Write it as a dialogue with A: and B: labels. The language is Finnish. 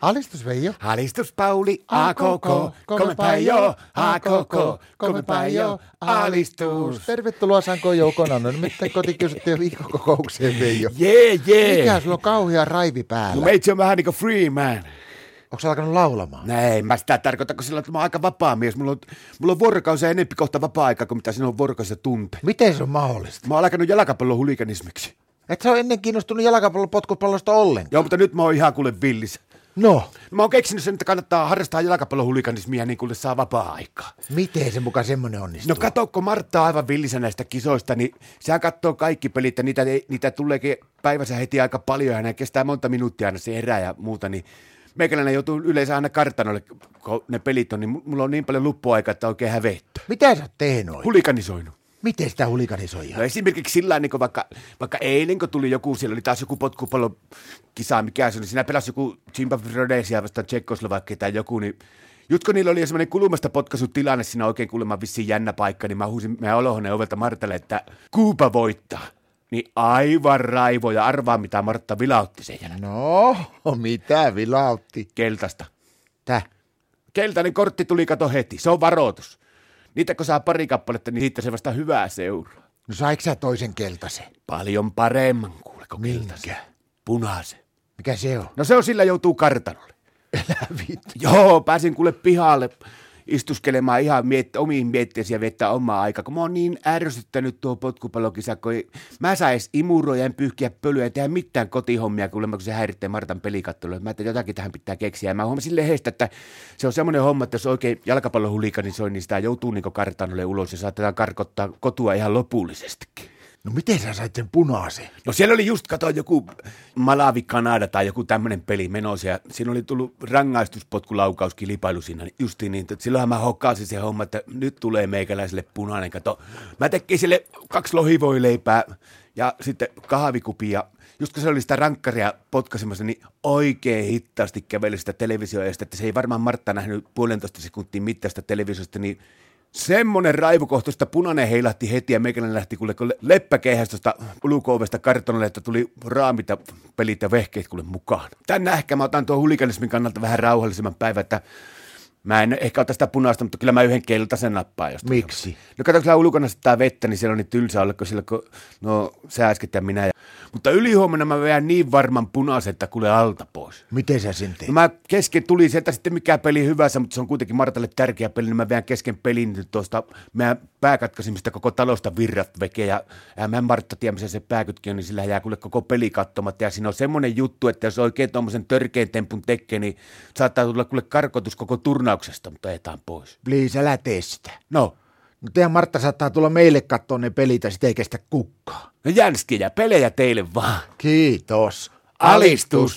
A: Alistus Veijo.
B: Alistus Pauli, a koko, komepä jo, a koko, komepä jo, alistus.
A: Tervetuloa Sanko Joukona, no nyt kotikiusattiin viikkokokoukseen Veijo.
B: Jee, jee.
A: Mikä sulla on kauhea raivi
B: No
A: päällä?
B: meitsi on vähän niinku free man.
A: Onko sä alkanut laulamaan?
B: Näin, mä sitä tarkoitan, kun sillä on- mä oon aika vapaa mies. Mulla on, mulla on vuorokausia enempi kohta vapaa-aikaa kuin mitä siinä on vuorokausia tunti.
A: Miten se on mahdollista?
B: Mä oon alkanut jalkapallon huliganismiksi.
A: Et sä ole ennen kiinnostunut jalkapallon potkupallosta ollenkaan.
B: Joo, mutta nyt mä oon ihan kuule villissä.
A: No,
B: Mä oon keksinyt sen, että kannattaa harrastaa jalkapallon huliganismia niin kuin saa vapaa-aikaa.
A: miten se mukaan semmonen onnistuu?
B: No kato, kun Martta on aivan villissä näistä kisoista, niin sehän katsoo kaikki pelit ja niitä, niitä tuleekin päivässä heti aika paljon ja ne kestää monta minuuttia aina se erä ja muuta, niin meikäläinen joutuu yleensä aina kartanolle, kun ne pelit on, niin mulla on niin paljon luppuaikaa, että oikein hävettä.
A: Mitä sä oot tehnyt? oikein?
B: Hulikanisoinut.
A: Miten sitä hulikanisoijaa?
B: No esimerkiksi sillä tavalla, niin kun vaikka, vaikka eilen, kun tuli joku, siellä oli taas joku potkupallokisa, mikä se oli, siinä pelasi joku Zimbabwe Rhodesia vastaan Tsekkoslovakia tai joku, niin Jutko niillä oli semmoinen kulmasta potkaisutilanne siinä oikein kuulemma vissiin jännä paikka, niin mä huusin meidän olohoneen ovelta Martalle, että Kuupa voittaa. Niin aivan raivoja, arvaa mitä Martta vilautti sen jälkeen.
A: No, mitä vilautti?
B: Keltaista.
A: Täh.
B: Keltainen kortti tuli kato heti, se on varoitus. Niitä kun saa pari kappaletta, niin siitä se vasta hyvää seuraa.
A: No saiko sä toisen keltaisen?
B: Paljon paremman kuule, kun keltaisen. Punaisen.
A: Mikä se on?
B: No se on sillä joutuu kartanolle.
A: Älä vittu.
B: Joo, pääsin kuule pihalle istuskelemaan ihan miet- omiin mietteisiin ja viettää omaa aikaa, kun mä oon niin ärsyttänyt tuo potkupallokisa, kun ei- mä sais imuroja, en pyyhkiä pölyä, en tehdä mitään kotihommia, kuulemma, kun se häiritsee Martan pelikattelua. Mä ajattelin, että jotakin tähän pitää keksiä. Ja mä huomasin lehdestä, että se on semmoinen homma, että jos oikein jalkapallohulika, niin se on, niin sitä joutuu niin kartanolle ulos ja saatetaan karkottaa kotua ihan lopullisestikin.
A: No miten sä sait sen punaisen?
B: No siellä oli just, kato, joku Malavi Kanada tai joku tämmöinen peli menossa ja siinä oli tullut rangaistuspotkulaukaus siinä. Niin Justiin niin, että silloinhan mä hokkaasin se homma, että nyt tulee meikäläiselle punainen. Kato, mä tekin sille kaksi lohivoileipää ja sitten kahvikupia. Just kun se oli sitä rankkaria potkasemassa, niin oikein hittaasti käveli sitä televisioesta, että se ei varmaan Martta nähnyt puolentoista sekuntia mittaista televisiosta, niin Semmonen raivokohtaista punainen heilahti heti ja meikäläinen lähti kuule kun le- leppäkeihäs tuosta ulko-ovesta kartanolle, että tuli raamit ja pelit ja vehkeet kuule mukaan. Tän ehkä mä otan tuon hulikalismin kannalta vähän rauhallisemman päivän, että mä en ehkä ota sitä punaista, mutta kyllä mä yhden keltaisen nappaan jostain.
A: Miksi?
B: No kato, kun siellä ulkona sitä vettä, niin siellä on niin tylsä olla, kun siellä, kun, no sä äsken ja minä. Ja... Mutta ylihuomenna mä veän niin varman punaisen, että kuule alta pois.
A: Miten sä sen
B: No
A: teit?
B: mä kesken tuli sieltä sitten mikä peli hyvänsä, mutta se on kuitenkin Martalle tärkeä peli, niin mä veän kesken pelin nyt tuosta meidän pääkatkaisimista koko talosta virrat veke ja, ja mä en Martta tiedä, missä se pääkytkin on, niin sillä jää kuule koko peli kattomatta ja siinä on semmoinen juttu, että jos oikein tuommoisen törkeän tempun tekee, niin saattaa tulla kuule karkotus koko turnauksesta, mutta etaan pois.
A: Please, älä tee sitä.
B: No,
A: No teidän Martta saattaa tulla meille kattoon ne pelit ja sitä ei kestä kukkaa.
B: no jänskiä ja pelejä teille vaan.
A: Kiitos.
B: Alistus.